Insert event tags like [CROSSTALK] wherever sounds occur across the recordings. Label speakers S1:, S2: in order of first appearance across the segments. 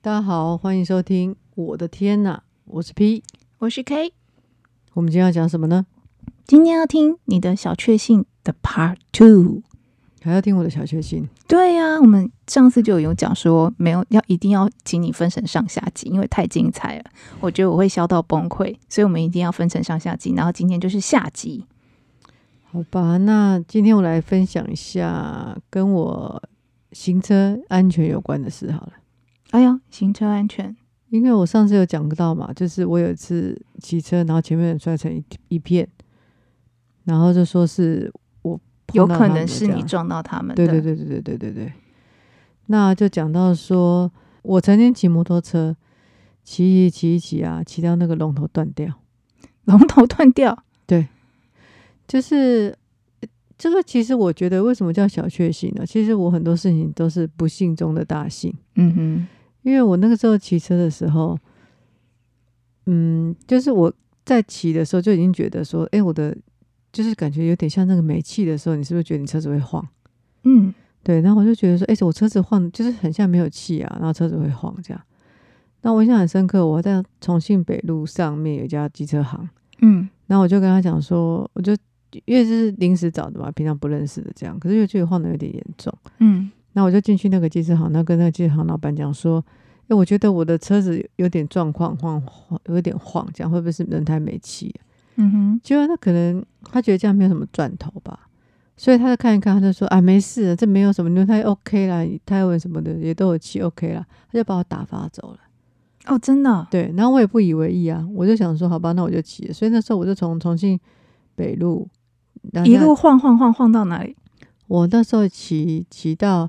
S1: 大家好，欢迎收听《我的天呐》，我是 P。
S2: 我是 K，
S1: 我们今天要讲什么呢？
S2: 今天要听你的小确幸的 Part Two。
S1: 还要听我的小确幸。
S2: 对呀、我们上次就有讲说，没有要一定要请你分成上下集，因为太精彩了，我觉得我会笑到崩溃，所以我们一定要分成上下集。然后今天就是下集，
S1: 好吧，那今天我来分享一下跟我行车安全有关的事好了。
S2: 哎呦，行车安全，
S1: 因为我上次有讲到嘛，就是我有一次骑车，然后前面人摔成一一片，然后就说是我碰
S2: 有
S1: 到
S2: 可
S1: 他们
S2: 能
S1: 的
S2: 是
S1: 这
S2: 你
S1: 样
S2: 撞到他们的。
S1: 对对对对对对对对。那就讲到说，我曾经骑摩托车，骑一骑一骑啊，骑到那个龙头断掉。
S2: 龙头断掉，
S1: 就是呃这个，其实我觉得为什么叫小确幸呢？其实我很多事情都是不幸中的大幸，
S2: 嗯哼，
S1: 因为我那个时候骑车的时候，嗯，就是我在骑的时候就已经觉得说，哎，我的就是感觉有点像那个没气的时候，你是不是觉得你车子会晃？
S2: 嗯，
S1: 对，然后我就觉得说，哎、我车子晃，就是很像没有气啊，然后车子会晃这样。那我印象很深刻，我在重庆北路上面有一家机车行，
S2: 嗯，
S1: 然后我就跟他讲说，我就因为是临时找的嘛，平常不认识的这样，可是又觉得晃的有点严重。
S2: 嗯，
S1: 那我就进去那个机车行，那跟那个机车行老板讲说，哎、我觉得我的车子有点状况，晃晃有点晃，这样会不会是轮胎没气、啊？
S2: 嗯哼，
S1: 结果他可能他觉得这样没有什么赚头吧，所以他就看一看，他就说啊，没事，这没有什么轮胎 OK 啦，胎纹什么的也都有气 OK 啦，他就把我打发走了。
S2: 哦，真的，
S1: 对，然后我也不以为意啊，我就想说，好吧，那我就骑了。所以那时候我就从重庆北路，然后
S2: 一
S1: 那
S2: 路晃晃晃晃到哪里？
S1: 我那时候骑骑到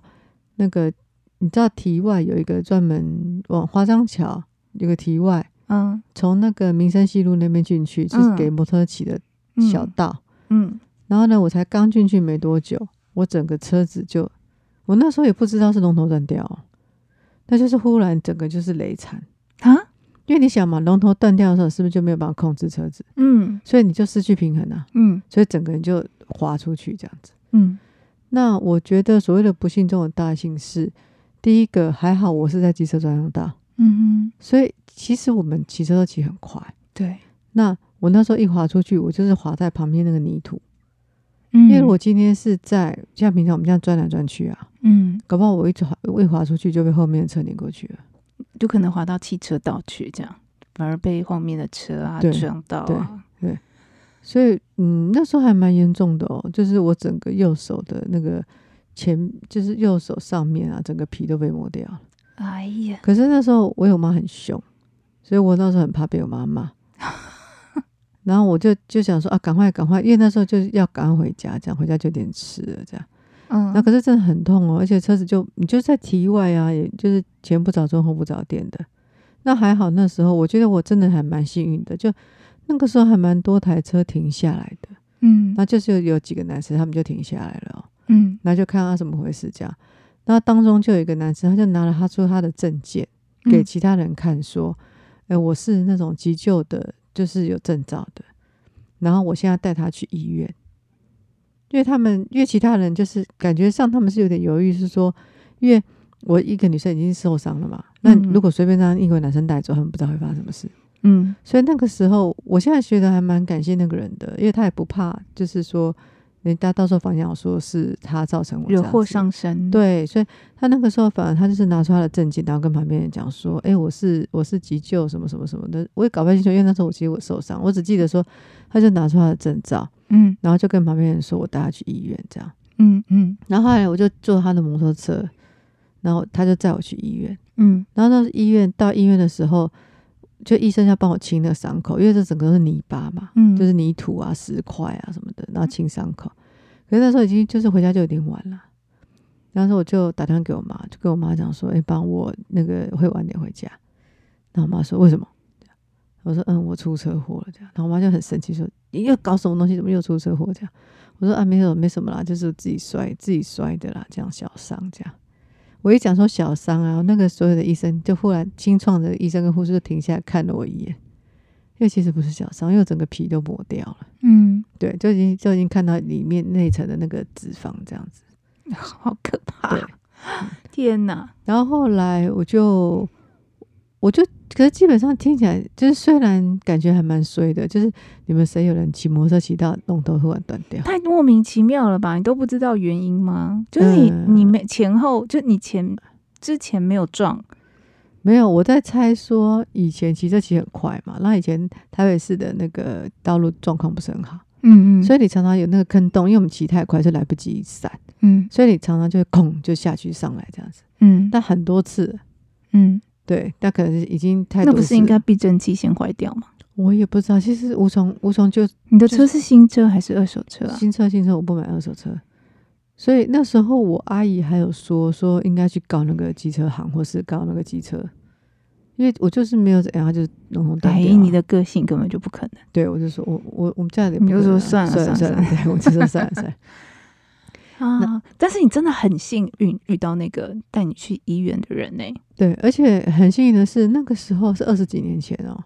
S1: 那个，你知道堤外有一个专门往花樟桥有个堤外，
S2: 嗯，
S1: 从那个民生西路那边进去，就是
S2: 嗯
S1: 给摩托车骑的
S2: 嗯
S1: 小，道。
S2: 嗯，
S1: 然后呢，我才刚进去没多久，我整个车子就，我那时候也不知道是龙头断掉哦，那就是忽然整个就是雷惨。
S2: 啊，
S1: 因为你想嘛，龙头断掉的时候，是不是就没有办法控制车子？
S2: 嗯，
S1: 所以你就失去平衡啊，
S2: 嗯，
S1: 所以整个人就滑出去这样子。
S2: 嗯，
S1: 那我觉得所谓的不幸中的大幸是，第一个还好我是在机车专用道，
S2: 嗯哼，
S1: 所以其实我们骑车都骑很快。
S2: 对，
S1: 那我那时候一滑出去，我就是滑在旁边那个泥土，
S2: 嗯，
S1: 因为我今天是在像平常我们这样转来转去啊，
S2: 嗯，
S1: 搞不好我一滑我一滑出去就被后面的车碾过去了。
S2: 就可能滑到汽车道去，这样反而被后面的车啊
S1: 对
S2: 撞到啊。
S1: 所以嗯，那时候还蛮严重的哦，就是我整个右手的那个前，就是右手上面啊，整个皮都被磨掉了。
S2: 哎呀，
S1: 可是那时候我有妈很凶，所以我那时候很怕被我妈骂。然后我就就想说啊，赶快赶快，因为那时候就是要赶快回家，这样回家就有点迟了，这样。
S2: 嗯，
S1: 那可是真的很痛哦，而且车子就你就在体外啊，也就是前不着村后不着店的。那还好，那时候我觉得我真的还蛮幸运的，就那个时候还蛮多台车停下来的，
S2: 嗯
S1: 那就是有有几个男生他们就停下来了、哦，
S2: 嗯
S1: 然后就看他怎么回事这样。那当中就有一个男生，他就拿了他出他的证件。
S2: 嗯
S1: 给其他人看，说：“哎、我是那种急救的，就是有证照的。然后我现在带他去医院，因为他们，因为其他人就是感觉上他们是有点犹豫，是说，因为我一个女生已经受伤了嘛，那
S2: 嗯
S1: 如果随便让英国男生带走，他们不知道会发生什么事。
S2: 嗯
S1: 所以那个时候，我现在觉得还蛮感谢那个人的，因为他也不怕，就是说人家到时候反咬说是他造成我这
S2: 惹
S1: 样
S2: 祸
S1: 子
S2: 上身。，
S1: 对，所以他那个时候反而他就是拿出他的证件，然后跟旁边人讲说：“哎、我是我是急救什么什么什么的。”我也搞不太清楚，因为那时候我其实我受伤，我只记得说他就拿出他的证照，
S2: 嗯
S1: 然后就跟旁边人说：“我带他去医院。”这样，
S2: 嗯嗯
S1: 然后后来我就坐他的摩托车，然后他就载我去医院。
S2: 嗯
S1: 然后到医院到医院的时候，就医生要帮我清那个伤口，因为这整个都是泥巴嘛，
S2: 嗯，
S1: 就是泥土啊、石块啊什么的，然后清伤口。可是那时候已经就是回家就有点晚了，然后说我就打电话给我妈，就跟我妈讲说：“哎、帮我那个会晚点回家。”然后我妈说：“为什么？”我说：“嗯，我出车祸了。”这样，然后我妈就很生气说：“你又搞什么东西？怎么又出车祸？”这样，我说：“啊，没有，没什么啦，就是自己摔，自己摔的啦，这样小伤这样。”我一讲说小伤啊，那个所有的医生就忽然清创的医生跟护士就停下来看了我一眼，因为其实不是小伤，因为我整个皮都磨掉了。
S2: 嗯，
S1: 对，就已经就已经看到里面内层的那个脂肪这样子。
S2: 好可怕
S1: 嗯对！
S2: [LAUGHS] 天哪，
S1: 然后后来我就我就可是基本上听起来，就是虽然感觉还蛮衰的，就是你们谁有人骑摩托车骑到龙头突然断掉？
S2: 太莫名其妙了吧？你都不知道原因吗？就是你、
S1: 嗯
S2: 你没前后，就你前之前没有撞，
S1: 没有，我在猜说以前骑车骑很快嘛，那以前台北市的那个道路状况不是很好，
S2: 嗯
S1: 所
S2: 以
S1: 以你常常有那个坑洞，因为我们骑太快，就来不及闪，
S2: 嗯
S1: 所以你常常就会空就下去上来这样子。
S2: 嗯
S1: 但很多次，
S2: 嗯，
S1: 对，但可能是已经太
S2: 那
S1: 多
S2: 不
S1: 次
S2: 是应该避震器先坏掉吗？
S1: 我也不知道，其实无从无从就
S2: 你的
S1: 就
S2: 车是新车还是二手车啊？
S1: 新车新车我不买二手车，所以那时候我阿姨还有说说应该去告那个机车行，或是告那个机车，因为我就是没有怎样，她就是弄弄断
S2: 哎，
S1: 掉啊。
S2: 你的个性根本就不可能。
S1: 对我就说我我我们家里也不
S2: 你就
S1: 可能
S2: 说
S1: 啊
S2: 算了
S1: 算
S2: 算
S1: 算
S2: 了
S1: 了，对我就说算了
S2: [LAUGHS]
S1: 算了。
S2: 啊！但是你真的很幸运遇到那个带你去医院的人呢、
S1: 对，而且很幸运的是，那个时候是二十几年前哦。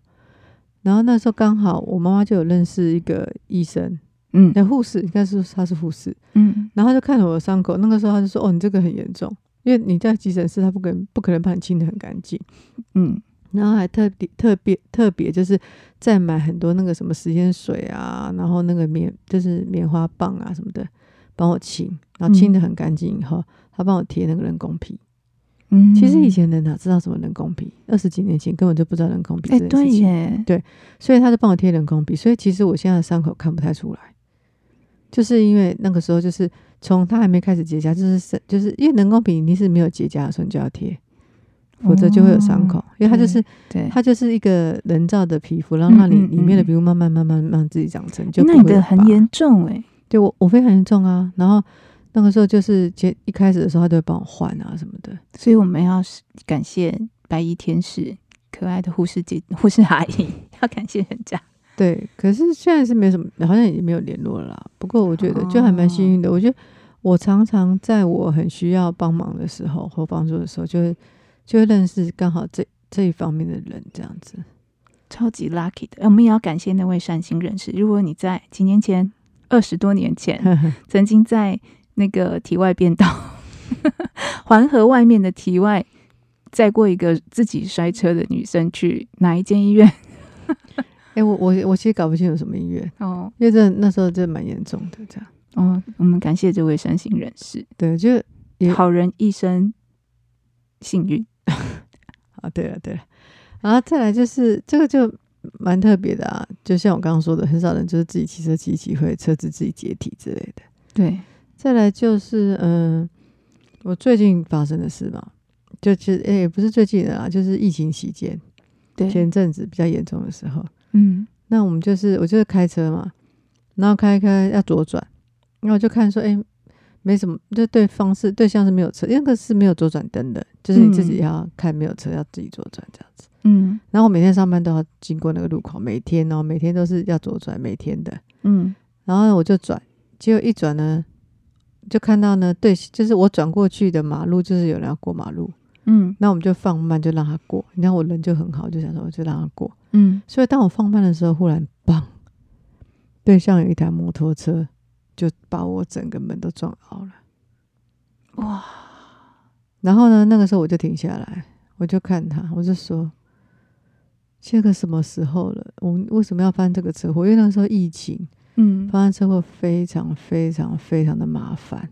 S1: 然后那时候刚好我妈妈就有认识一个医生，
S2: 嗯
S1: 那护士应该是她是护士，
S2: 嗯
S1: 然后她就看了我的伤口，那个时候她就说：“哦，你这个很严重，因为你在急诊室，她不可能不可能把你清的很干净。”
S2: 嗯
S1: 然后还特地特别特别就是再买很多那个什么食盐水啊，然后那个棉就是棉花棒啊什么的，帮我清，然后清的很干净以后，她帮我贴那个人工皮。
S2: 嗯
S1: 其实以前人哪知道什么人工皮？二十几年前根本就不知道人工皮
S2: 哎、
S1: 这件
S2: 对
S1: 事情，
S2: 耶，
S1: 所以他就帮我贴人工皮。所以其实我现在的伤口看不太出来，就是因为那个时候就是从他还没开始结痂，就是是就是因为人工皮一定是没有结痂的时候你就要贴，否则就会有伤
S2: 哦
S1: 口，因为它就是
S2: 对。
S1: 它就是一个人造的皮肤，然
S2: 嗯
S1: 后让你
S2: 嗯
S1: 里面的
S2: 嗯
S1: 皮肤慢慢慢慢慢慢自己长成，就
S2: 那
S1: 不
S2: 你
S1: 会有
S2: 的很
S1: 疤
S2: 严重哎、
S1: 对我我非常严重啊。然后那个时候就是结一开始的时候，他都会帮我换啊什么的。
S2: 所以我们要是感谢白衣天使、可爱的护士姐、护士阿姨，要感谢人家。
S1: 对，可是现在是没什么，好像也没有联络了啦。不过我觉得就还蛮幸运的。我觉得我常常在我很需要帮忙的时候或帮助的时候，就会就会认识刚好这这一方面的人，这样子。 [LAUGHS]
S2: 超级 lucky 的。我们也要感谢那位善心人士。如果你在几年前、二十多年前，曾经在那个体外便道 [LAUGHS] 环河外面的体外载过一个自己摔车的女生去哪一间医院？
S1: 哎、我我我其实搞不清楚什么音乐，
S2: 哦
S1: 因为这那时候真的蛮严重的，这样
S2: 哦，我们感谢这位善心人士，
S1: 对，就也
S2: 好人一生幸运。
S1: 啊，对了对了，然后再来就是这个就蛮特别的啊，就像我刚刚说的，很少人就是自己骑车骑一骑会车子自己解体之类的。
S2: 对，
S1: 再来就是，嗯、我最近发生的事嘛，就是诶、也不是最近的啦，就是疫情期间，
S2: 对，
S1: 前阵子比较严重的时候，
S2: 嗯
S1: 那我们就是我就是开车嘛，然后开一开要左转，然后我就看说，诶、没什么，就对方是对象是没有车，因为那个是没有左转灯的，就是你自己
S2: 嗯
S1: 要看没有车，要自己左转这样子。
S2: 嗯
S1: 然后我每天上班都要经过那个路口，每天哦，每天都是要左转，每天的。
S2: 嗯
S1: 然后我就转，结果一转呢，就看到呢，对，就是我转过去的马路，就是有人要过马路，
S2: 嗯
S1: 那我们就放慢，就让他过。你看我人就很好，就想说我就让他过。
S2: 嗯，
S1: 所以当我放慢的时候，忽然砰，对向有一台摩托车就把我整个门都撞凹了。
S2: 哇，
S1: 然后呢，那个时候我就停下来，我就看他，我就说。这个什么时候了？我们为什么要翻这个车祸？因为那个时候疫情，
S2: 嗯
S1: 发生车祸非常非常非常的麻烦。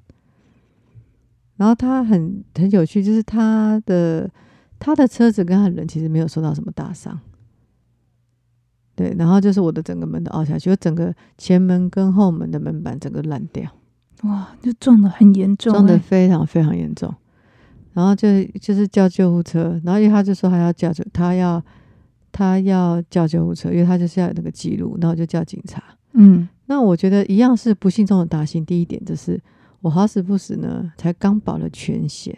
S1: 然后他很很有趣，就是他的他的车子跟他的人其实没有受到什么大伤，对。然后就是我的整个门都凹下去，我整个前门跟后门的门板整个烂掉，
S2: 哇，就撞得很严重、欸，
S1: 撞得非常非常严重。然后就就是叫救护车，然后因为他就说他要叫救，他要他要叫救护车，因为他就是要有那个记录，然后我就叫警察。
S2: 嗯
S1: 那我觉得一样是不幸中的大幸。第一点就是我好死不死呢，才刚保了全险，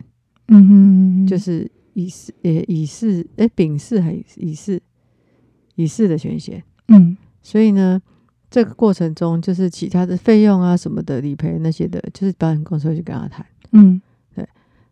S2: 嗯哼，
S1: 就是乙式呃乙式诶丙式还是乙式乙式的全险，
S2: 嗯
S1: 所以呢。这个过程中，就是其他的费用啊什么的理赔那些的，就是保险公司会去跟他谈。
S2: 嗯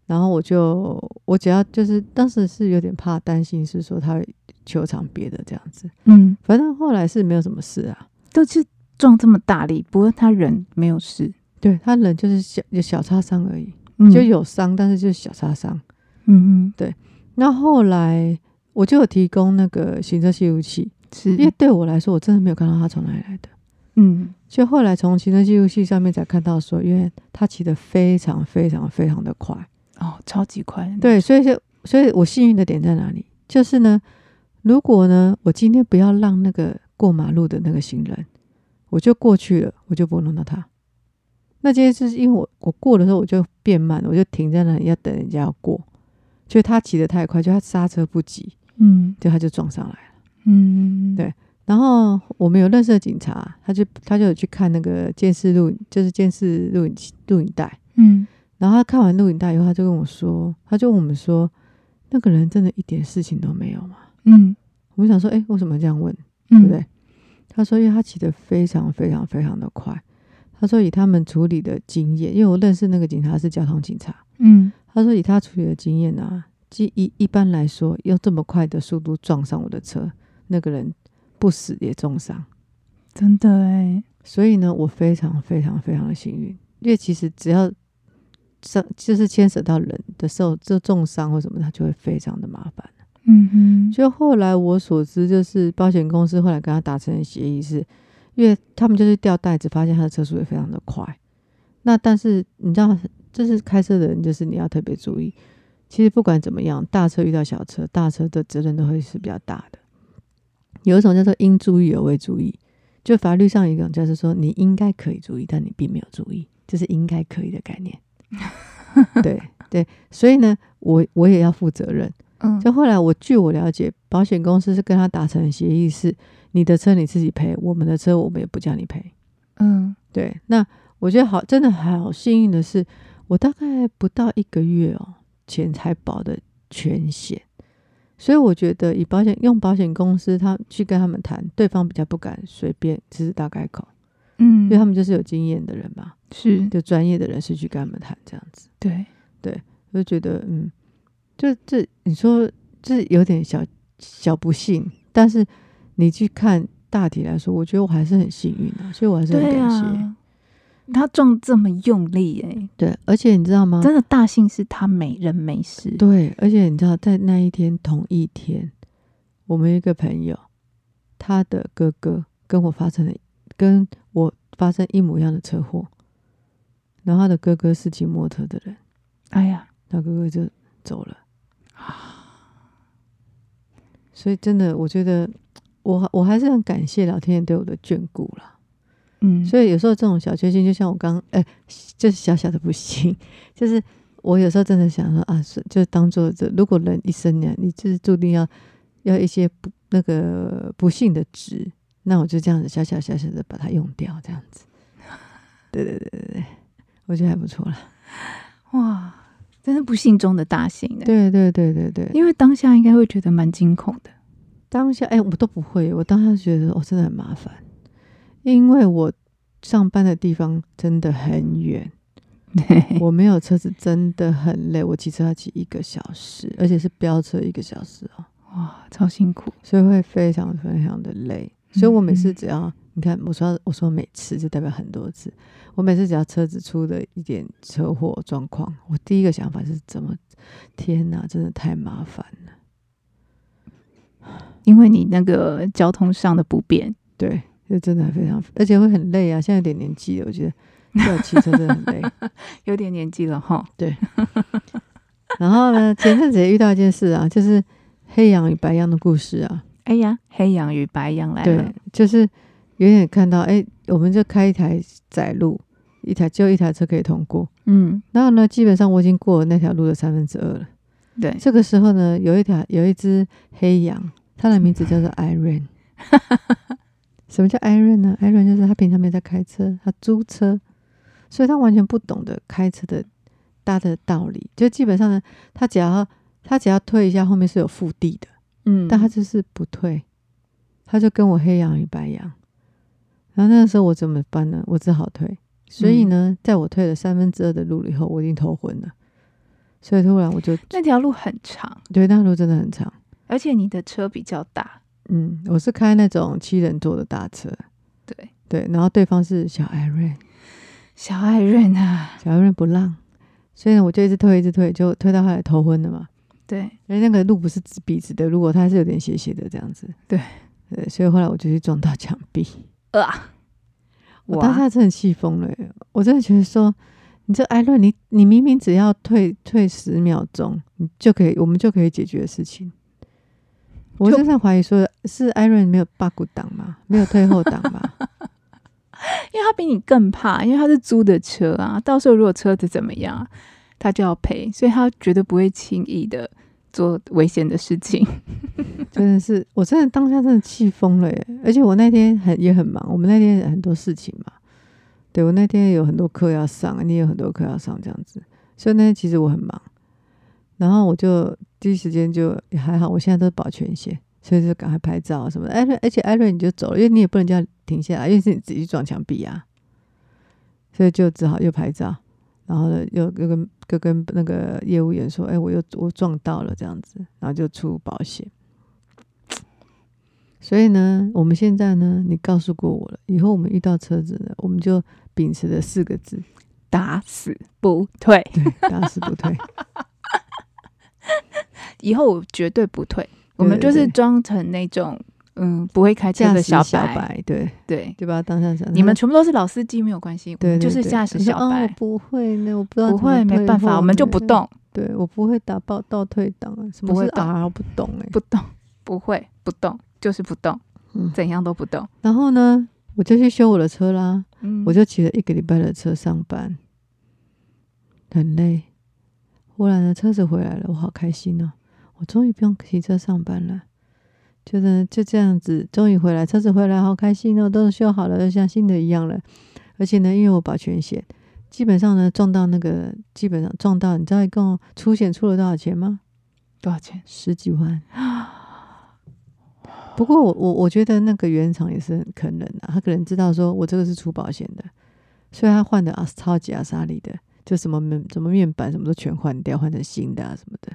S1: 然后我就我只要就是当时是有点怕担心，是说他会求偿别的这样子。
S2: 嗯，
S1: 反正后来是没有什么事啊。
S2: 都是撞这么大力，不过他人没有事，
S1: 对他人就是小有小擦伤而已，
S2: 嗯
S1: 就有伤，但是就是小擦伤。
S2: 嗯嗯
S1: 那后来我就有提供那个行车记录器，
S2: 是
S1: 因为对我来说，我真的没有看到他从哪里来的。
S2: 嗯
S1: 就后来从行车记录器上面才看到说，因为他骑得非常非常非常的快。
S2: 哦，超级快的，
S1: 对，所以就所以我幸运的点在哪里？就是呢，如果呢，我今天不要让那个过马路的那个行人，我就过去了，我就不会弄到他。那今天是因为我我过的时候我就变慢了，我就停在那里要等人家要过，就他骑得太快，就他刹车不及，
S2: 嗯
S1: 就他就撞上来了。
S2: 嗯，
S1: 对然后我们有认识的警察，他就他就有去看那个监视录，就是监视录影录影带。
S2: 嗯
S1: 然后他看完录影带以后，他就跟我说，他就问我们说，那个人真的一点事情都没有吗？
S2: 嗯
S1: 我们想说，哎、为什么这样问，对
S2: 嗯，
S1: 不对？他说，因为他骑得非常非常非常的快。他说，以他们处理的经验，因为我认识那个警察是交通警察，
S2: 嗯
S1: 他说以他处理的经验啊，即一一般来说，用这么快的速度撞上我的车，那个人不死也重伤。
S2: 真的哎，
S1: 所以呢，我非常非常非常的幸运，因为其实只要伤就是牵扯到人的受这重伤或什么，它就会非常的麻烦。
S2: 嗯哼，
S1: 就后来我所知，就是保险公司后来跟他达成的协议是，因为他们就是掉袋子，发现他的车速也非常的快。那但是你知道，就是开车的人，就是你要特别注意。其实不管怎么样，大车遇到小车，大车的责任都会是比较大的。有一种叫做应注意而未注意，就法律上有一种就是说你应该可以注意，但你并没有注意，这是应该可以的概念。 [LAUGHS] 对对，所以呢，我我也要负责任。
S2: 嗯，
S1: 就后来我据我了解，保险公司是跟他达成协议是，你的车你自己赔，我们的车我们也不叫你赔。
S2: 嗯
S1: 对，那我觉得好，真的好幸运的是，我大概不到一个月哦前才保的全险，所以我觉得以保险用保险公司他去跟他们谈，对方比较不敢随便指指大概口，
S2: 嗯，
S1: 因为他们就是有经验的人嘛，
S2: 是
S1: 就专业的人士去跟他们谈这样子。
S2: 对，
S1: 我就觉得，嗯，就这你说这有点小小不幸，但是你去看大体来说，我觉得我还是很幸运啊，所以我还是很
S2: 对
S1: 感谢。
S2: 啊，他撞这么用力哎，
S1: 对，而且你知道吗？
S2: 真的大幸是他没人没事，
S1: 嗯对，而且你知道，在那一天同一天，我们有一个朋友，他的哥哥跟我发生了跟我发生一模一样的车祸，然后他的哥哥是骑摩托车的人，
S2: 哎呀，
S1: 他哥哥就走了。所以真的，我觉得我我还是很感谢老天爷对我的眷顾啦。
S2: 嗯，
S1: 所以有时候这种小确幸，就像我刚哎、就是小小的不幸， [LAUGHS] 就是我有时候真的想说啊，是就当做这，如果人一生呢，你就是注定要要一些不那个不幸的值，那我就这样子小小小小的把它用掉，这样子。对对对对对，我觉得还不错啦。
S2: 哇，真是不幸中的大幸哎，
S1: 对对对对对，
S2: 因为当下应该会觉得蛮惊恐的，
S1: 当下哎、我都不会，我当下觉得我、哦、真的很麻烦，因为我上班的地方真的很远，
S2: 对，
S1: 我没有车子真的很累，我骑车要骑一个小时，而且是飙车一个小时哦，
S2: 哇，超辛苦，
S1: 所以会非常非常的累。所以我每次只要、你看，我说我说每次就代表很多次，我每次只要车子出了一点车祸状况，我第一个想法是怎么天哪，真的太麻烦了。
S2: 因为你那个交通上的不便，
S1: 对，这真的非常，而且会很累啊。现在有点年纪了，我觉得要骑车真的很
S2: [LAUGHS]
S1: 累。
S2: 有点年纪了哈，
S1: 然后呢，前阵子也遇到一件事啊，就是黑羊与白羊的故事啊。
S2: 哎呀，黑羊与白羊来
S1: 对
S2: 了，，
S1: 就是有点看到，哎，我们就开一台窄路，一台只有一台车可以通过。
S2: 嗯，
S1: 然后呢，基本上我已经过了那条路的三分之二了。
S2: 对，
S1: 这个时候呢，有一条有一只黑羊，它的名字
S2: [LAUGHS]
S1: 叫做 Irene。什么叫 Irene 呢？Irene 就是他平常没有在开车，他租车，所以他完全不懂得开车的大的道理。就基本上呢，他只要他只要退一下，后面是有腹地的，
S2: 嗯，
S1: 但他就是不退，他就跟我黑羊与白羊。然后那个时候我怎么办呢？我只好退。所以呢，在我退了三分之二的路了以后，我已经头昏了。所以突然我就
S2: 那条路很长，
S1: 对，那路真的很长。
S2: 而且你的车比较大，
S1: 嗯，我是开那种七人座的大车，
S2: 对，
S1: 对，然后对方是小艾瑞，
S2: 小艾润啊，
S1: 小艾瑞不让，所以呢我就一直推，一直推，就推到后来头昏了嘛。
S2: 对，
S1: 哎，那个路不是直笔直的，如果它是有点斜斜的这样子，
S2: 对
S1: 对，所以后来我就去撞到墙壁，
S2: 啊，
S1: 我当下真的气疯了耶，我真的觉得说，你这艾伦，你你明明只要退退十秒钟，你就可以，我们就可以解决的事情。我
S2: 就
S1: 真的怀疑说，是艾伦没有 bug 档吗？没有退后档吗？
S2: 因为他比你更怕，因为他是租的车啊，到时候如果车子怎么样，他就要赔，所以他绝对不会轻易的做危险的事情。 [LAUGHS]
S1: 真的是，我真的当下真的气疯了耶！而且我那天很也很忙，我们那天很多事情嘛，对我那天有很多课要上，你也有很多课要上，这样子，所以那天其实我很忙。然后我就第一时间就也还好，我现在都是保全险，所以就赶快拍照啊什么的。艾瑞，而且艾瑞你就走了，因为你也不能叫他停下来，因为是你自己去撞墙壁啊，所以就只好又拍照，然后呢又又跟又跟那个业务员说，哎，我又我撞到了这样子，然后就出保险。所以呢，我们现在呢，你告诉过我了，以后我们遇到车子呢，我们就秉持的四个字，
S2: 打死不退，
S1: 对，打死不
S2: [LAUGHS]
S1: 退。
S2: 以后我绝对不退。我们就
S1: 对
S2: 是
S1: 对
S2: 装成那种嗯不会开车
S1: 驾
S2: 的
S1: 驶
S2: 小
S1: 小
S2: 白，
S1: 白，对，
S2: 对，
S1: 就把它当下想。
S2: 你们全部都是老司机没有关系，我
S1: 对
S2: 们
S1: 对
S2: 就是
S1: 对
S2: 驾驶
S1: 你说
S2: 小
S1: 哦我
S2: 白，
S1: 不会呢，我不知道
S2: 不
S1: 怎么
S2: 会没
S1: 退
S2: 办法，
S1: 后
S2: 我们就不
S1: 呢。
S2: 动
S1: 对我不会打报倒退档啊，什
S2: 不
S1: 么
S2: 会
S1: 是
S2: 倒
S1: R 不懂哎、
S2: 不动， [LAUGHS] 不会不动，就是不动，
S1: 嗯
S2: 怎样都不动。
S1: 然后呢，我就去修我的车啦，
S2: 嗯，
S1: 我就骑了一个礼拜的车上班，很累。忽然呢，车子回来了，我好开心哦！我终于不用骑车上班了，觉得就这样子，终于回来，车子回来，好开心哦！都修好了，就像新的一样了。而且呢，因为我保全险，基本上呢撞到那个，基本上撞到，你知道一共出险出了多少钱吗？
S2: 多少钱？
S1: 十几万。 [GASPS] 不过我我我觉得那个原厂也是很坑人啊，他可能知道说我这个是出保险的，所以他换的啊超级阿莎利的，就什么面什么面板什么都全换掉，换成新的啊什么的。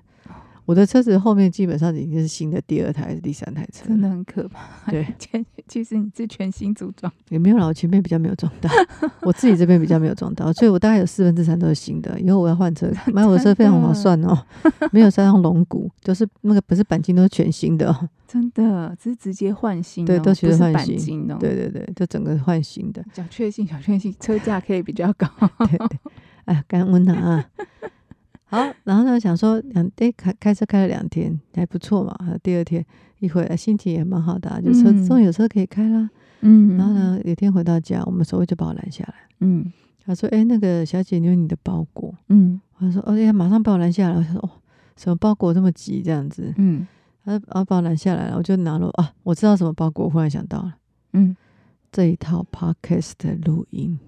S1: 我的车子后面基本上已经是新的第二台还是第三台车了，
S2: 真的很可怕。
S1: 对，
S2: [LAUGHS] 全其实你是全新组装，
S1: 也没有啦，我前面比较没有撞到， [LAUGHS] 我自己这边比较没有撞到，所以我大概有四分之三都是新的。以后我要换
S2: [LAUGHS]
S1: 车，买我的车非常划算哦，没有山上龙骨，就是那个不是钣金都是全新的、哦，
S2: 真的只是直接换新哦，
S1: 对都直接
S2: 不是
S1: 换
S2: 钣
S1: 新
S2: 金哦。，
S1: 对对对，就整个换新的。
S2: 小确幸，小确幸，车价可以比较高。
S1: 对对，哎，感恩他
S2: [LAUGHS]
S1: 啊。好，然后呢，想说两哎开开车开了两天，还不错嘛。还有第二天一回来，心情也蛮好的、啊，就车、
S2: 嗯
S1: 终于有车可以开啦。
S2: [LAUGHS] 嗯
S1: 然后？呢，有一天回到家，我们守卫就把我拦下来，
S2: 嗯
S1: 他说：“哎，那个小姐，你有你的包裹。”
S2: 嗯
S1: 我说：“哦呀，马上把我拦下来。”我说：“哦，什么包裹这么急这样子
S2: 嗯？”
S1: 他说：“啊，把我拦下来了。”我就拿了啊，我知道什么包裹，我忽然想到了
S2: 嗯，
S1: 这一套 podcast 的录
S2: [LAUGHS]
S1: 音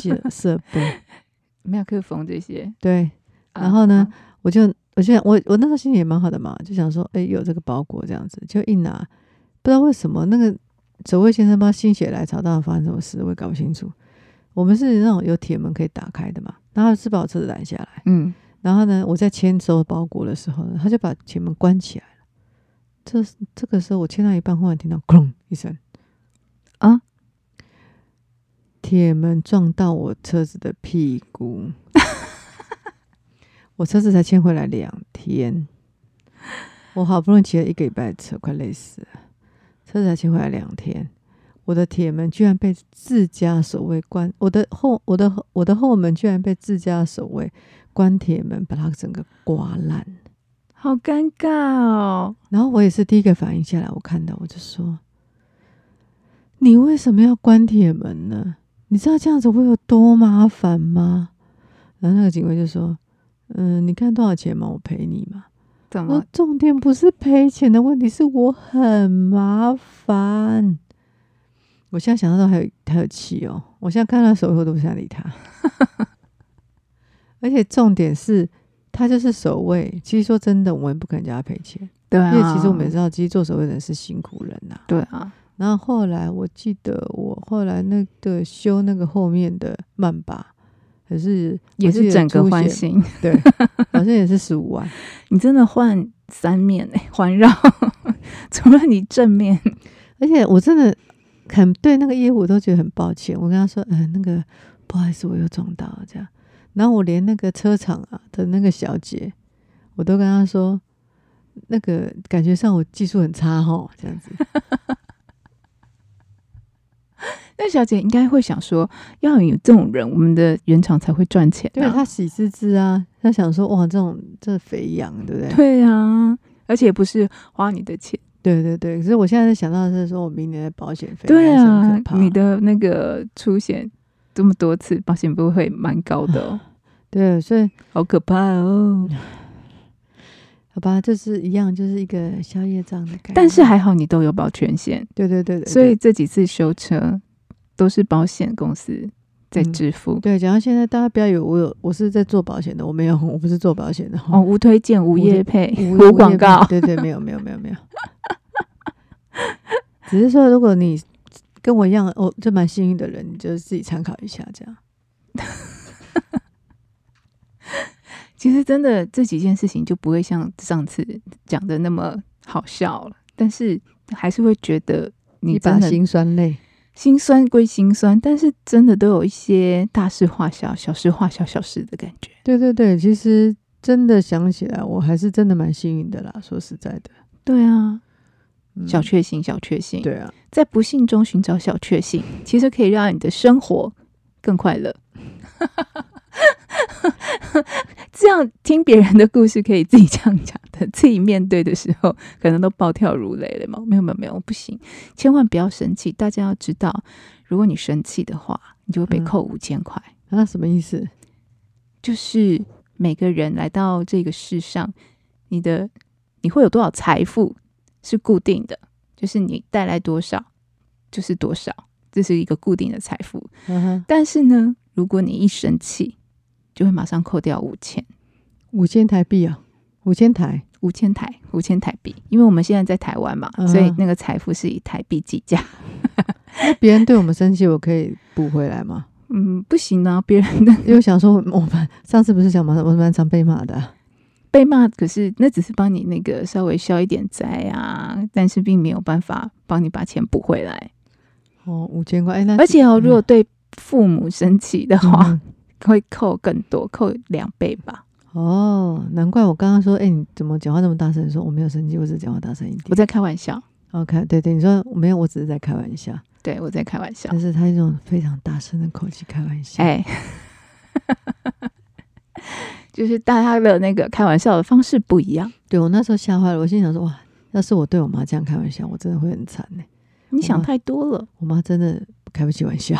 S1: 设设备，
S2: 麦克风这些。 [LAUGHS]
S1: 对，
S2: 啊
S1: 然后呢？我就我就想我我那时候心情也蛮好的嘛，就想说，哎，有这个包裹这样子，就一拿，不知道为什么那个守卫先生不知道心血来潮，到底发生什么事，我也搞不清楚。我们是那种有铁门可以打开的嘛，然后他是把我车子拦下来，
S2: 嗯，
S1: 然后呢，我在签收包裹的时候呢，他就把铁门关起来了。这这个时候，我签到一半，忽然听到“咣”一声，
S2: 啊，
S1: 铁门撞到我车子的屁股， [LAUGHS] 我车子才牵回来两天，我好不容易骑了一个礼拜的车，快累死了，车子才牵回来两天，我的铁门居然被自家守卫关，我的后我的后我的后门居然被自家守卫关铁门，把它整个刮烂。
S2: 好尴尬哦。
S1: 然后我也是第一个反应下来，我看到我就说：“你为什么要关铁门呢？你知道这样子会有多麻烦吗？”然后那个警卫就说：“嗯，你看多少钱嘛，我赔你嘛。”
S2: 怎
S1: 我
S2: 么？
S1: 重点不是赔钱的问题，是我很麻烦。我现在想到都还有还有气哦，我现在看到守卫我都不想理他。 [LAUGHS] 而且重点是，他就是守卫。其实说真的，我们也不可能叫他赔钱。
S2: 对啊，
S1: 因为其实我们也知道，其实做守卫人是辛苦人呐、
S2: 对啊，
S1: 然后后来我记得，我后来那个修那个后面的曼巴，还是
S2: 也
S1: 我
S2: 是
S1: 记得
S2: 整个
S1: 出
S2: 换
S1: 险
S2: 新。
S1: 对，
S2: [LAUGHS]
S1: 好像也是十五万。
S2: 你真的换三面 [LAUGHS] 哎、环绕，除了你正面，
S1: 而且我真的很对那个业务我都觉得很抱歉。我跟他说，嗯、那个不好意思，我又撞到了这样。然后我连那个车厂啊的那个小姐，我都跟他说，那个感觉上我技术很差哈，这
S2: [LAUGHS]
S1: 样子。
S2: 那小姐应该会想说，要有这种人，我们的原厂才会赚钱、啊。
S1: 对他喜滋滋啊，他想说哇，这种这肥羊，对不对？
S2: [LAUGHS] 对啊，而且不是花你的钱。
S1: 对对对，可是我现在想到的是说，我明年的保险费
S2: 对
S1: 应该是
S2: 啊
S1: 很可，怕
S2: 你的那个出险这么多次，保险不会蛮高的
S1: [LAUGHS]
S2: 哦，
S1: 对，所以
S2: 好可怕哦。
S1: 啊好吧，就是一样，就是一个宵夜账的概念。
S2: 但是还好你都有保全险，
S1: 对对对对，
S2: 所以这几次修车都是保险公司在
S1: 嗯
S2: 支付。
S1: 对，讲到现在，大家不要以为我有我是在做保险的，我没有，我不是做保险的哈
S2: 哦，。无推荐，无业配，
S1: 无
S2: 无
S1: 业
S2: 广
S1: 配
S2: 告。
S1: 对对，没有没有没有没有，只是说如果你跟我一样，哦，就蛮幸运的人，你就自己参考一下这样。
S2: 其实真的这几件事情就不会像上次讲的那么好笑了，但是还是会觉得你
S1: 一把
S2: 真的
S1: 辛酸泪，
S2: 心酸归心酸，但是真的都有一些大事化小、小事化小、小事的感觉。
S1: 对对对，其实真的想起来，我还是真的蛮幸运的啦。说实在的，
S2: 对啊，
S1: 嗯
S2: 小确幸，小确幸，
S1: 对啊，
S2: 在不幸中寻找小确幸，其实可以让你的生活更快乐。 [LAUGHS] 这样听别人的故事，可以自己这样讲的，自己面对的时候，可能都暴跳如雷了嘛。没有没有没有，不行，千万不要生气。大家要知道，如果你生气的话，你就会被
S1: 嗯
S2: 扣五千块。
S1: 啊，什么意思？
S2: 就是每个人来到这个世上，你的你会有多少财富是固定的，就是你带来多少就是多少，这是一个固定的财富。
S1: 嗯哼，
S2: 但是呢，如果你一生气，就会马上扣掉五千
S1: 五千台币啊，五千台，
S2: 五千台五千台币，因为我们现在在台湾嘛，
S1: 嗯
S2: 所以那个财富是以台币计价。
S1: 那别人对我们生气，我可以补回来吗？
S2: 嗯，不行啊，别人的
S1: 因为我想说，我们上次不是想骂，我蛮常被骂的啊、
S2: 被骂，可是那只是帮你那个稍微消一点灾啊，但是并没有办法帮你把钱补回来。
S1: 哦，五千块，哎、那
S2: 而且哦，
S1: 嗯
S2: 如果对父母生气的话，
S1: 嗯
S2: [LAUGHS] 会扣更多，扣两倍吧。
S1: 哦，难怪我刚刚说，哎、你怎么讲话那么大声？你说我没有生气，我只是讲话大声一
S2: 我
S1: 点。
S2: 在开玩笑，
S1: OK，对对，你说没有，我只是在开玩笑，
S2: 对我在开玩笑
S1: 但。是他用非常大声的口气开玩笑。
S2: 哎， [LAUGHS] 就是大家的那个开玩笑的方式不一样。
S1: 对我那时候吓坏了，我心想说，哇，要是我对我妈这样开玩笑，我真的会很惨呢、
S2: 你想
S1: 我
S2: 太多了，
S1: 我妈真的开不起玩
S2: [LAUGHS]
S1: 笑，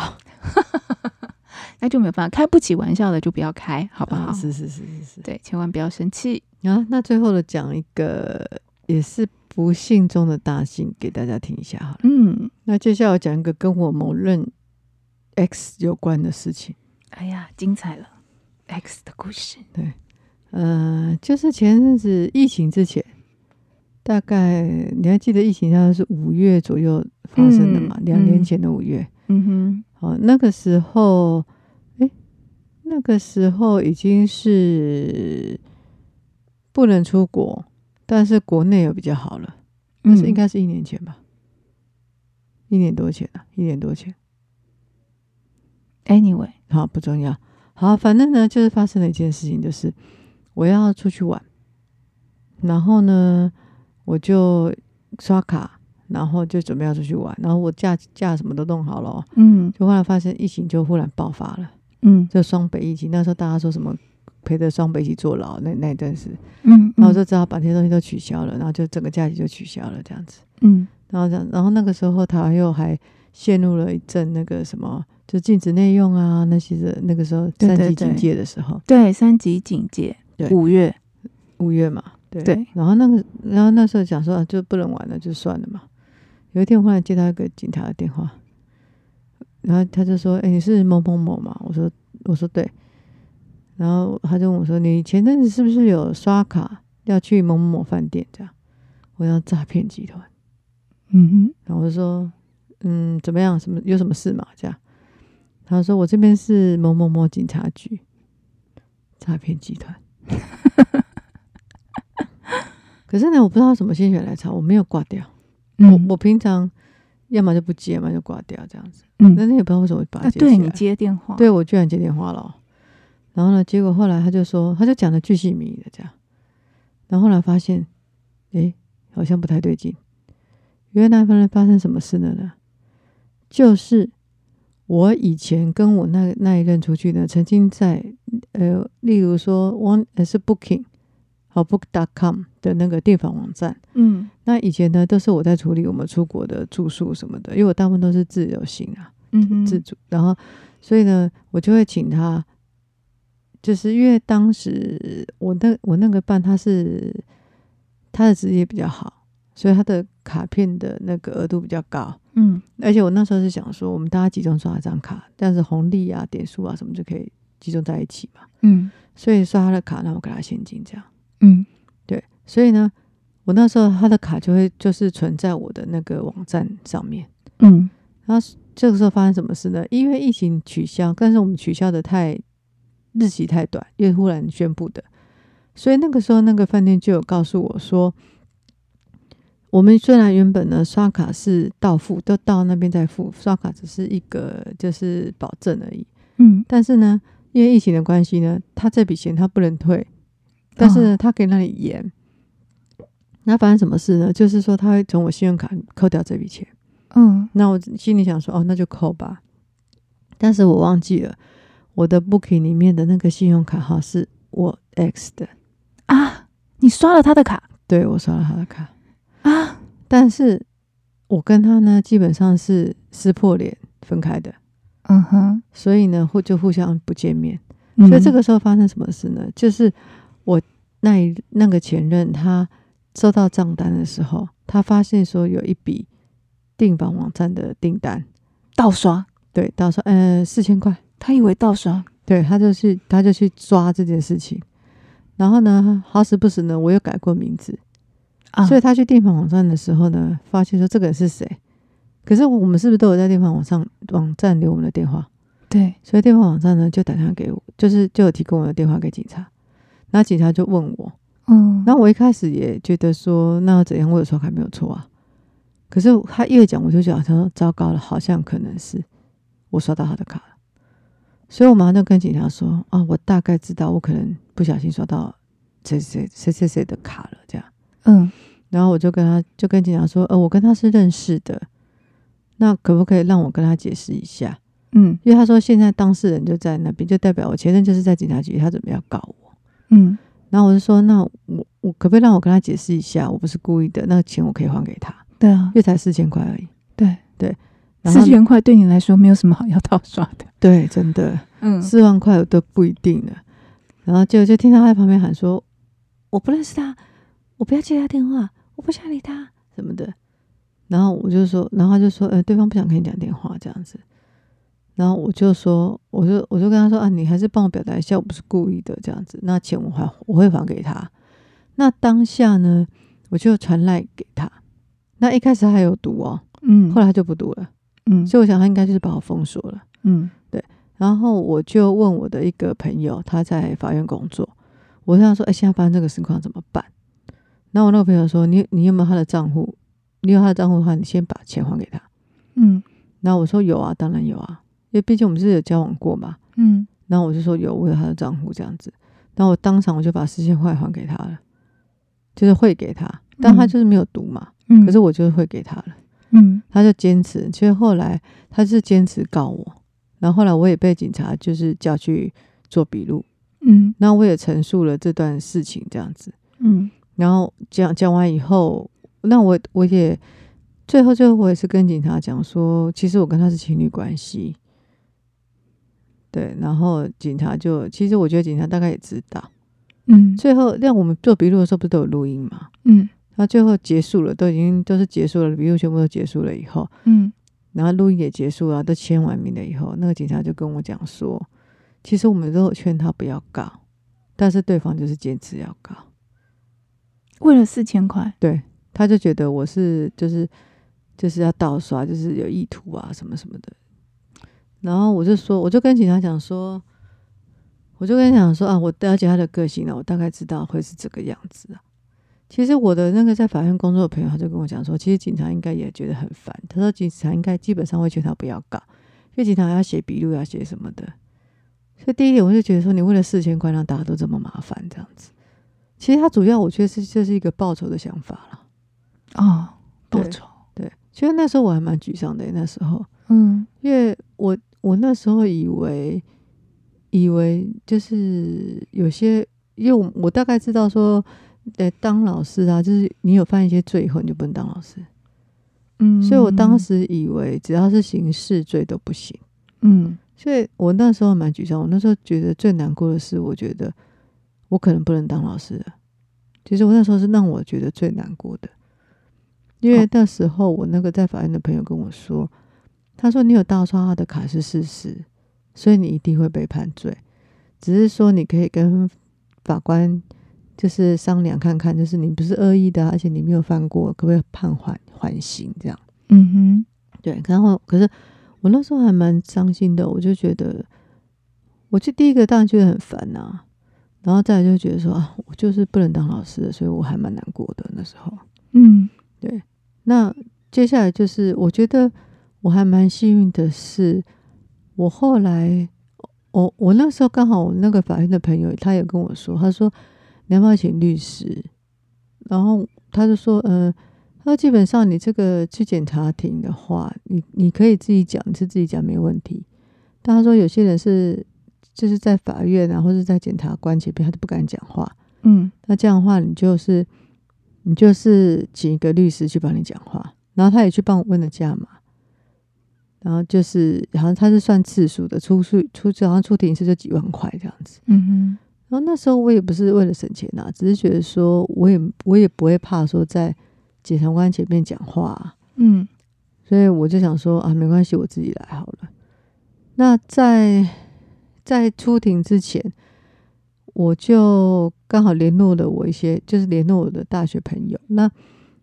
S2: 那就没有办法。开不起玩笑的就不要开，好不好？
S1: 啊，是是是是是。
S2: 对，千万不要生气。
S1: 啊，那最后的讲一个也是不幸中的大幸，给大家听一下好了。
S2: 嗯，
S1: 那接下来我讲一个跟我某任 X 有关的事情。
S2: 哎呀，精彩了，X 的故事。
S1: 呃，就是前阵子疫情之前，大概你还记得疫情大概是五月左右发生的嘛？
S2: 嗯
S1: 两、年
S2: 嗯
S1: 前的五月，
S2: 嗯
S1: 哦，那个时候，哎、那个时候已经是不能出国，但是国内有比较好了，
S2: 哼，
S1: 但是应
S2: 嗯
S1: 该是一年前吧，一年多前啊，一年多前。
S2: anyway，
S1: 好，不重要。好，反正呢，就是发生了一件事情，就是我要出去玩，然后呢，我就刷卡，然后就准备要出去玩，然后我假假什么都弄好了、哦，
S2: 嗯
S1: 就后来发现疫情就忽然爆发了，
S2: 嗯
S1: 就双北疫情。那时候大家说什么陪着双北一起坐牢，那那一阵子，
S2: 嗯，
S1: 然后我就只好把这些东西都取消了，然后就整个假期就取消了这样子。
S2: 嗯
S1: 然后这样，然后那个时候台湾又还陷入了一阵那个什么，就禁止内用啊那些的，那个时候
S2: 对
S1: 三
S2: 对
S1: 级
S2: 对
S1: 警戒的时候，
S2: 对三级警戒
S1: 对，
S2: 五月
S1: 五月嘛，对。
S2: 对
S1: 然后那个，然后那时候讲说、啊、就不能玩了，就算了嘛。有一天我忽然接到一个警察的电话，然后他就说：“哎、你是某某某嘛？”我说：“我说对。”然后他就问我说：“你前阵子是不是有刷卡要去某某某饭店？”这样，我要诈骗集团。
S2: 嗯哼，
S1: 然后我就说，嗯，怎么样？什么有什么事嘛？这样，他说我这边是某某某警察局，诈骗集团。可是呢，我不知道什么心血来潮，我没有挂掉。我我平常要么就不接，要么就挂掉这样子。
S2: 嗯
S1: 那那也不知道为什么把它
S2: 啊，
S1: 接起来。
S2: 对你接电话，
S1: 对我居然接电话了哦、然后呢，结果后来他就说，他就讲的巨细靡遗的这样，然后后来发现，诶，好像不太对劲。原来发生发生什么事了呢？就是我以前跟我那那一任出去呢，曾经在呃，例如说 one 呃是 Booking 好 Book.com 的那个订房网站，
S2: 嗯
S1: 那以前呢都是我在处理我们出国的住宿什么的，因为我大部分都是自由行啊，
S2: 嗯哼
S1: 自主，然后所以呢，我就会请他，就是因为当时我那我那个伴他是他的职业比较好，所以他的卡片的那个额度比较高，
S2: 嗯
S1: 而且我那时候是想说，我们大家集中刷一张卡，但是红利啊、点数啊什么就可以集中在一起嘛，
S2: 嗯
S1: 所以刷他的卡，然后我给他现金这样，
S2: 嗯
S1: 对，所以呢。我那时候他的卡就会就是存在我的那个网站上面，
S2: 嗯
S1: 然后这个时候发生什么事呢？因为疫情取消，但是我们取消的太日期太短，因为忽然宣布的，所以那个时候那个饭店就有告诉我说，我们虽然原本呢刷卡是到付，都到那边再付，刷卡只是一个就是保证而已，
S2: 嗯，
S1: 但是呢，因为疫情的关系呢，他这笔钱他不能退，但是呢，他可以让你延。那发生什么事呢？就是说他会从我信用卡扣掉这笔钱。
S2: 嗯
S1: 那我心里想说，哦，那就扣吧。但是我忘记了我的 Booking 里面的那个信用卡号是我 X 的，
S2: 啊，你刷了他的卡
S1: 对我刷了他的卡，
S2: 啊
S1: 但是我跟他呢基本上是撕破脸分开的，
S2: 嗯哼，
S1: 所以呢互就互相不见面。
S2: 嗯
S1: 所以这个时候发生什么事呢？就是我那一那个前任他收到账单的时候，他发现说有一笔订房网站的订单，
S2: 盗刷，
S1: 对，到时候呃四千块。
S2: 他以为盗刷，
S1: 对他就去，他就去抓这件事情。然后呢，好死不死呢，我又改过名字，
S2: 啊
S1: 所以他去电访网站的时候呢，发现说这个人是谁。可是我们是不是都有在电访网上网站留我们的电话？
S2: 对，
S1: 所以电访网站呢就打电话给我，就是就有提供我的电话给警察。然后警察就问我，
S2: 嗯，
S1: 那我一开始也觉得说，那要怎样？我有刷卡没有错啊。可是他越讲，我就觉得好像糟糕了，好像可能是我刷到他的卡了。所以我马上就跟警察说：“啊，我大概知道，我可能不小心刷到谁谁谁谁谁的卡了。”这样，
S2: 嗯
S1: 然后我就跟他就跟警察说：“呃，我跟他是认识的，那可不可以让我跟他解释一下？
S2: 嗯
S1: 因为他说现在当事人就在那边，就代表我前任就是在警察局，他准备要告我。”
S2: 嗯
S1: 然后我就说，那我我可不可以让我跟他解释一下，我不是故意的，那钱我可以还给他，
S2: 对啊
S1: 因，为才四千块而已。
S2: 对
S1: 对，然后
S2: 四千块对你来说没有什么好要盗刷的，
S1: 对，真的
S2: 嗯
S1: 四万块我都不一定了。然后就就听到他在旁边喊说：“我不认识他，我不要接他电话，我不想理他什么的。”然后我就说，然后他就说：“呃，对方不想跟你讲电话这样子。”然后我就说，我就我就跟他说啊，你还是帮我表达一下，我不是故意的这样子。那钱我还我会还给他。那当下呢，我就传赖给他。那一开始他还有读哦，
S2: 嗯，
S1: 后来他就不读了，
S2: 嗯
S1: 所以我想他应该就是把我封锁了。
S2: 嗯
S1: 然后我就问我的一个朋友，他在法院工作，我跟他说：“哎、现在发生这个情况怎么办？”然后我那个朋友说：“你你有没有他的账户？你有他的账户的话，你先把钱还给他。
S2: 嗯”
S1: 然后我说：“有啊，当然有啊，因为毕竟我们是有交往过嘛。
S2: 嗯”
S1: 然后我就说：“有，我有他的账户这样子。”然后我当场我就把四千块还给他了，就是汇给他，但他就是没有读嘛，
S2: 嗯，
S1: 可是我就是汇给他了。
S2: 嗯
S1: 他就坚持，其实后来他是坚持告我，然后后来我也被警察就是叫去做笔录，
S2: 嗯
S1: 那我也陈述了这段事情这样子，
S2: 嗯
S1: 然后讲讲完以后，那我我也最后最后我也是跟警察讲说，其实我跟他是情侣关系，对，然后警察就其实我觉得警察大概也知道，
S2: 嗯
S1: 最后让我们做笔录的时候不是都有录音嘛，
S2: 嗯
S1: 那最后结束了，都已经都是结束了，笔录全部都结束了以后。
S2: 嗯
S1: 然后录音也结束了，都签完名了以后，那个警察就跟我讲说，其实我们都有劝他不要告，但是对方就是坚持要告，
S2: 为了四千块，
S1: 对，他就觉得我是就是就是要盗刷，就是有意图啊什么什么的。然后我就说，我就跟警察讲说，我就跟他讲说啊，我了解他的个性了、我大概知道会是这个样子啊。其实我的那个在法院工作的朋友，他就跟我讲说，其实警察应该也觉得很烦。他说警察应该基本上会劝他不要告，因为警察要写笔录，要写什么的。所以第一点，我就觉得说，你为了四千块让大家都这么麻烦这样子，其实它主要我觉得是这是一个报仇的想法了。
S2: 哦，报
S1: 对
S2: 仇，
S1: 对，其实那时候我还蛮沮丧的，欸那时候，
S2: 嗯
S1: 因为我我那时候以为以为就是有些，因为我我大概知道说，呃，当老师啊，就是你有犯一些罪以后，你就不能当老师。
S2: 嗯，
S1: 所以我当，时以为只要是刑事罪都不行。
S2: 嗯
S1: 所以我那时候蛮沮丧。我那时候觉得最难过的是，我觉得我可能不能当老师了。其实我那时候是让我觉得最难过的，因为
S2: 哦
S1: 那时候我那个在法院的朋友跟我说，他说你有盗刷他的卡是事实，所以你一定会被判罪，只是说你可以跟法官就是商量看看，就是你不是恶意的啊、而且你没有犯过，可不可以判缓缓刑这样？
S2: 嗯
S1: 对，然后可是我那时候还蛮伤心的，我就觉得，我就第一个当然觉得很烦呐、然后再来就觉得说啊，我就是不能当老师的，所以我还蛮难过的那时候。
S2: 哼，嗯
S1: 那接下来就是我觉得我还蛮幸运的是，我后来我我那时候刚好我那个法院的朋友他也跟我说，他说你要不要请律师？然后他就说，呃，他说基本上你这个去检察庭的话，你你可以自己讲，你是自己讲没问题。但他说有些人是就是在法院啊，或是在检察官前边，他都不敢讲话。
S2: 嗯
S1: 那这样的话，你就是你就是请一个律师去帮你讲话，然后他也去帮我问了价码，然后就是好像他是算次数的，出数出好像出庭一次就几万块这样子。
S2: 嗯
S1: 然后那时候我也不是为了省钱啊，只是觉得说我也我也不会怕说在检察官前面讲话啊、
S2: 哼，嗯
S1: 所以我就想说啊，没关系，我自己来好了。那在在出庭之前，我就刚好联络了我一些，就是联络我的大学朋友。那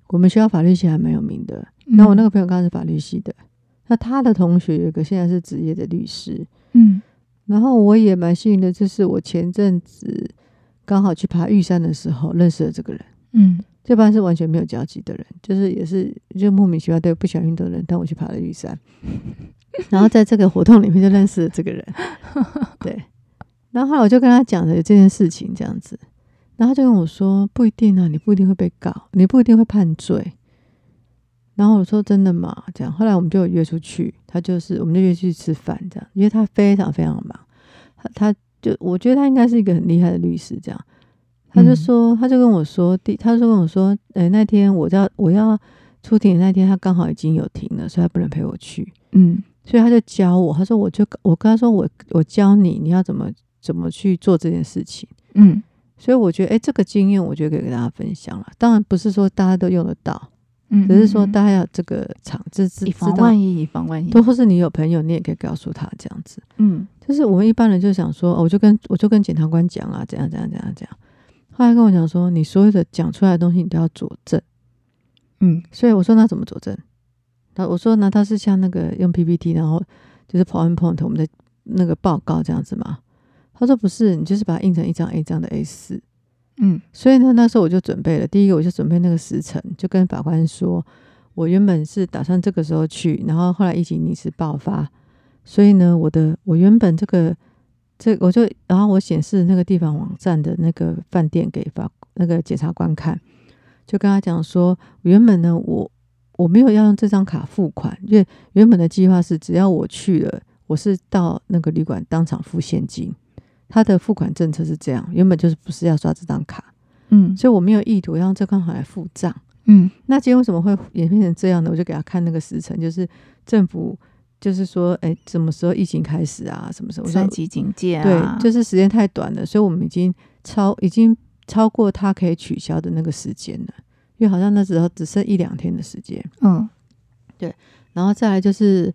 S1: 我们学校法律系还蛮有名的，
S2: 嗯
S1: 那我那个朋友刚好是法律系的，那他的同学有一个现在是职业的律师。
S2: 嗯
S1: 然后我也蛮幸运的，就是我前阵子刚好去爬玉山的时候认识了这个人。
S2: 嗯
S1: 这班是完全没有交集的人，就是也是就莫名其妙对不喜欢运动的人，但我去爬了玉山，然后在这个活动里面就认识了这个人，对，然后后来我就跟他讲了这件事情这样子，然后他就跟我说不一定啊，你不一定会被告，你不一定会判罪。然后我说真的吗？这样，后来我们就有约出去，他就是我们就约去吃饭这样，因为他非常非常忙，他他就我觉得他应该是一个很厉害的律师这样。他就
S2: 嗯
S1: 说，他就跟我说，第他就跟我说，哎、那天我要我要出庭的那天，他刚好已经有庭了，所以他不能陪我去，
S2: 嗯
S1: 所以他就教我，他说我就我跟他说我我教你，你要怎么怎么去做这件事情。
S2: 嗯
S1: 所以我觉得，哎、这个经验我觉得可以跟大家分享了。当然不是说大家都用得到，
S2: 嗯，
S1: 只是说大家要有这个场，知知
S2: 以
S1: 知
S2: 防
S1: 道，
S2: 万一，以防万一，
S1: 都或是你有朋友，你也可以告诉他这样子。
S2: 嗯
S1: 就是我们一般人就想说，哦、我就跟我就跟检察官讲啊，怎样怎样怎样怎样。后来跟我讲说，你所有的讲出来的东西，你都要佐证。
S2: 嗯
S1: 所以我说那怎么佐证？他我说那他是像那个用 PPT，然后就是 PowerPoint 我们的那个报告这样子吗？他说不是，你就是把它印成一张 A 张的 A 四。
S2: 嗯
S1: 所以呢，那时候我就准备了，第一个我就准备那个时辰，就跟法官说，我原本是打算这个时候去，然后后来疫情临时爆发，所以呢，我的我原本这个这我就，然后我显示那个地方网站的那个饭店给法那个检察官看，就跟他讲说，原本呢我我没有要用这张卡付款，因为原本的计划是只要我去了，我是到那个旅馆当场付现金。他的付款政策是这样，原本就是不是要刷这张卡，
S2: 嗯
S1: 所以我没有意图要让这款卡来付账。
S2: 嗯
S1: 那今天为什么会演变成这样呢？我就给他看那个时辰，就是政府就是说，哎、什么时候疫情开始啊？什么时候？我说
S2: 三级警戒啊，
S1: 对，就是时间太短了，所以我们已经超已经超过他可以取消的那个时间了，因为好像那时候只剩一两天的时间。
S2: 嗯
S1: 然后再来就是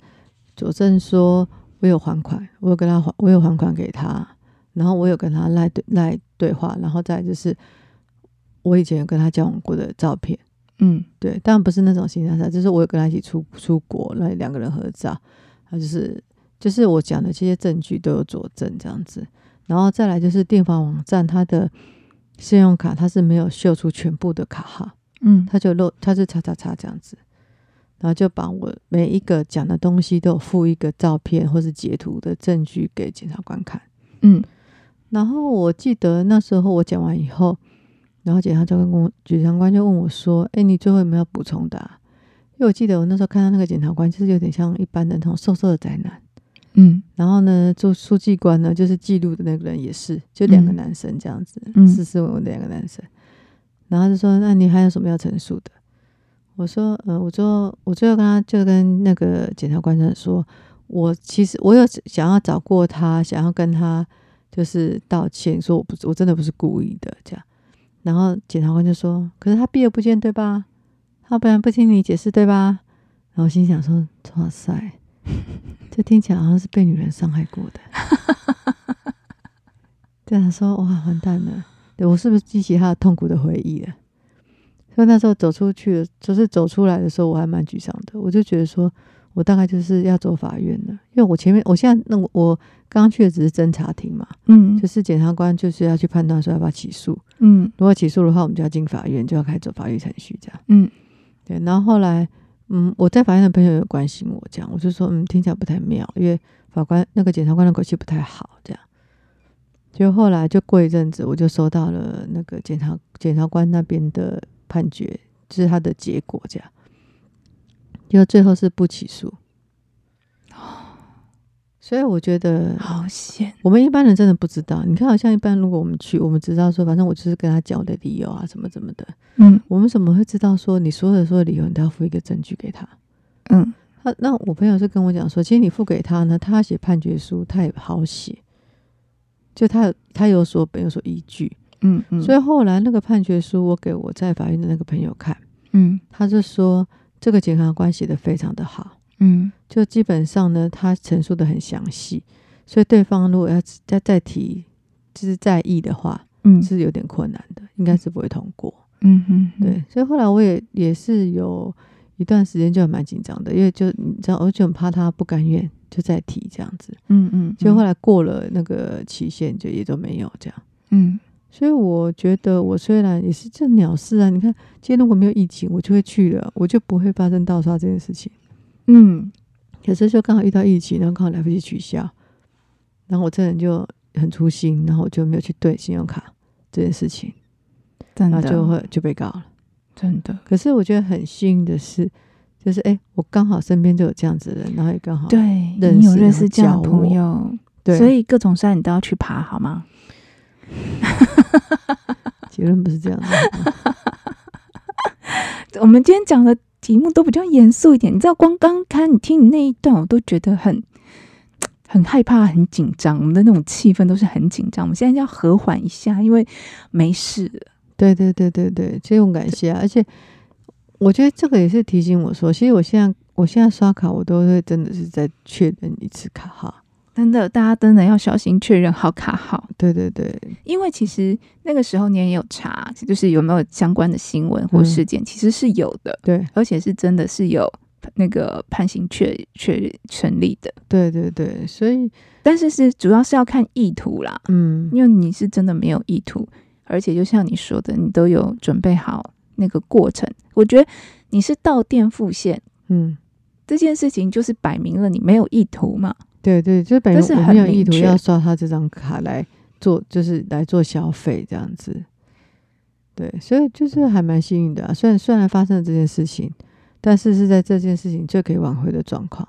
S1: 佐证说我有还款，我有跟他还，我有还款给他，然后我有跟他赖对赖对话，然后再来就是我以前有跟他交往过的照片，
S2: 嗯
S1: 对，当然不是那种形象照，就是我有跟他一起出出国，那两个人合照，他就是就是我讲的这些证据都有佐证这样子，然后再来就是电访网站它的信用卡它是没有秀出全部的卡号。
S2: 嗯
S1: 他就漏，他是叉叉叉这样子，然后就把我每一个讲的东西都有附一个照片或是截图的证据给检察官看。
S2: 嗯
S1: 然后我记得那时候我讲完以后，然后检察教官跟我检察官就问我说：“哎、你最后有没有要补充的、啊？”因为我记得我那时候看到那个检察官，就是有点像一般的那种瘦瘦的宅男。
S2: 嗯
S1: 然后呢，做书记官呢，就是记录的那个人也是，就两个
S2: 嗯
S1: 男生这样子，
S2: 嗯
S1: 斯斯文文的两个男生。然后他就说：“那你还有什么要陈述的？”我说：“呃，我就我最后跟他就跟那个检察官说，我其实我有想要找过他，想要跟他就是道歉，说我不是我真的不是故意的这样。”然后检察官就说：“可是他避而不见对吧？他不然不听你解释对吧？”然后我心想说：“哇塞！”这听起来好像是被女人伤害过的。对啊，说哇，完蛋了，对我是不是激起他的痛苦的回忆了？所以那时候走出去，就是走出来的时候，我还蛮沮丧的。我就觉得说，我大概就是要走法院了，因为我前面我现在那我我刚刚去的只是侦查庭嘛，
S2: 嗯
S1: 就是检察官就是要去判断说要不要起诉，
S2: 嗯
S1: 如果起诉的话，我们就要进法院，就要开始走法律程序这样。
S2: 嗯
S1: 对，然后后来，嗯，我在法院的朋友有关心我，这样我就说，嗯，听起来不太妙，因为法官那个检察官的口气不太好，这样。就后来就过一阵子，我就收到了那个检察检察官那边的判决，就是他的结果这样。就最后是不起诉。所以我觉得
S2: 好险，
S1: 我们一般人真的不知道。你看，好像一般如果我们去，我们知道说，反正我就是跟他讲我的理由啊，什么什么的。
S2: 嗯
S1: 我们怎么会知道说你所有的所有理由，你都要付一个证据给他？
S2: 嗯
S1: 他那我朋友是跟我讲说，其实你付给他呢，他写判决书，他也好写，就他有他有所本有所依据。
S2: 嗯嗯，
S1: 所
S2: 以
S1: 以后来那个判决书，我给我在法院的那个朋友看，
S2: 嗯
S1: 他就说这个检察官写的非常的好，
S2: 嗯
S1: 就基本上呢，他陈述的很详细，所以对方如果要再再提就是在意的话，
S2: 嗯
S1: 是有点困难的，应该是不会通过。
S2: 嗯嗯，
S1: 对，所以后来我也也是有一段时间就还蛮紧张的，因为就你知道，我就很怕他不甘愿就再提这样子，
S2: 嗯嗯，
S1: 就后来过了那个期限，就也都没有这样。
S2: 嗯
S1: 所以我觉得，我虽然也是这鸟事啊，你看，今天如果没有疫情，我就会去了，我就不会发生盗刷这件事情。
S2: 嗯
S1: 可是就刚好遇到疫情，然后刚好来不及取消，然后我这人就很粗心，然后我就没有去对信用卡这件事情，
S2: 真
S1: 然后
S2: 的哦
S1: 就会就被告了。
S2: 真的
S1: 可是我觉得很幸运的是，就是哎、诶我刚好身边就有这样子的人，然后也刚好
S2: 对，
S1: 认
S2: 你有
S1: 识
S2: 认
S1: 然
S2: 识
S1: 后
S2: 这样的
S1: 教
S2: 朋
S1: 我
S2: 友，
S1: 对，
S2: 所以各种山你都要去爬，好吗？
S1: 结论不是这样的。 [LAUGHS]
S2: 我们今天讲的题目都比较严肃一点。你知道，光刚看你听你那一段，我都觉得很很害怕、很紧张。我们的那种气氛都是很紧张。我们现在要和缓一下，因为没事了。
S1: 对对对对对，这种感谢啊！而且我觉得这个也是提醒我说，其实我现在我现在刷卡，我都会真的是在确认一次卡号。
S2: 真的，大家真的要小心确认好卡号，
S1: 对对对，
S2: 因为其实那个时候你也有查，就是有没有相关的新闻或事件，其实是有的，
S1: 对
S2: 而且是真的是有那个判刑确确成立的，
S1: 对对对，所以
S2: 但是是主要是要看意图啦。
S1: 嗯，
S2: 因为你是真的没有意图，而且就像你说的，你都有准备好那个过程。我觉得你是到店付现
S1: 嗯，
S2: 这件事情，就是摆明了你没有意图嘛。
S1: 对对，就是本来
S2: 但是
S1: 我
S2: 很
S1: 没有意图
S2: 明确
S1: 要刷他这张卡来做，就是来做消费这样子。对，所以就是还蛮幸运的、啊，虽然虽然发生了这件事情，但是是在这件事情最可以挽回的状况。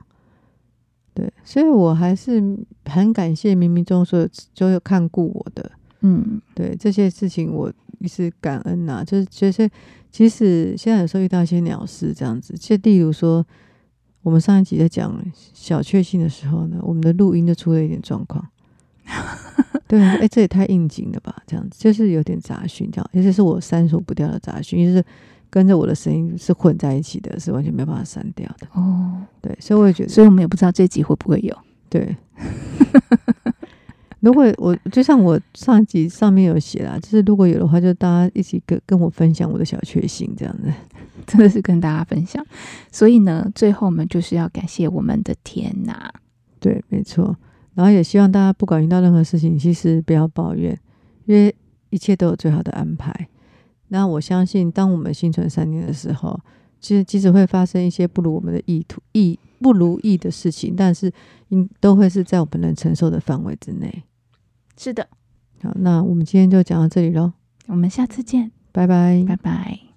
S1: 对，所以我还是很感谢冥冥中所有所有看顾我的，
S2: 嗯
S1: 对这些事情我也是感恩呐、就是觉得即使现在有时候遇到一些鸟事这样子，就例如说我们上一集在讲小确幸的时候呢，我们的录音就出了一点状况。对，哎、这也太应景了吧？这样子就是有点杂讯，这样，而且是我删除不掉的杂讯，就是跟着我的声音是混在一起的，是完全没有办法删掉的。
S2: 哦，
S1: 对，所以我也觉得，
S2: 所以我们也不知道这集会不会有。
S1: 对， [LAUGHS] 如果我就像我上集上面有写啦，就是如果有的话，就大家一起跟跟我分享我的小确幸这样子。
S2: 真的是跟大家分享，所以呢，最后我们就是要感谢我们的天呐，
S1: 对，没错。然后也希望大家不管遇到任何事情，其实不要抱怨，因为一切都有最好的安排。那我相信，当我们心存善念的时候，其实即使会发生一些不如我们的意图意不如意的事情，但是应都会是在我们能承受的范围之内。
S2: 是的，
S1: 好，那我们今天就讲到这里喽，
S2: 我们下次见，
S1: 拜拜
S2: 拜拜。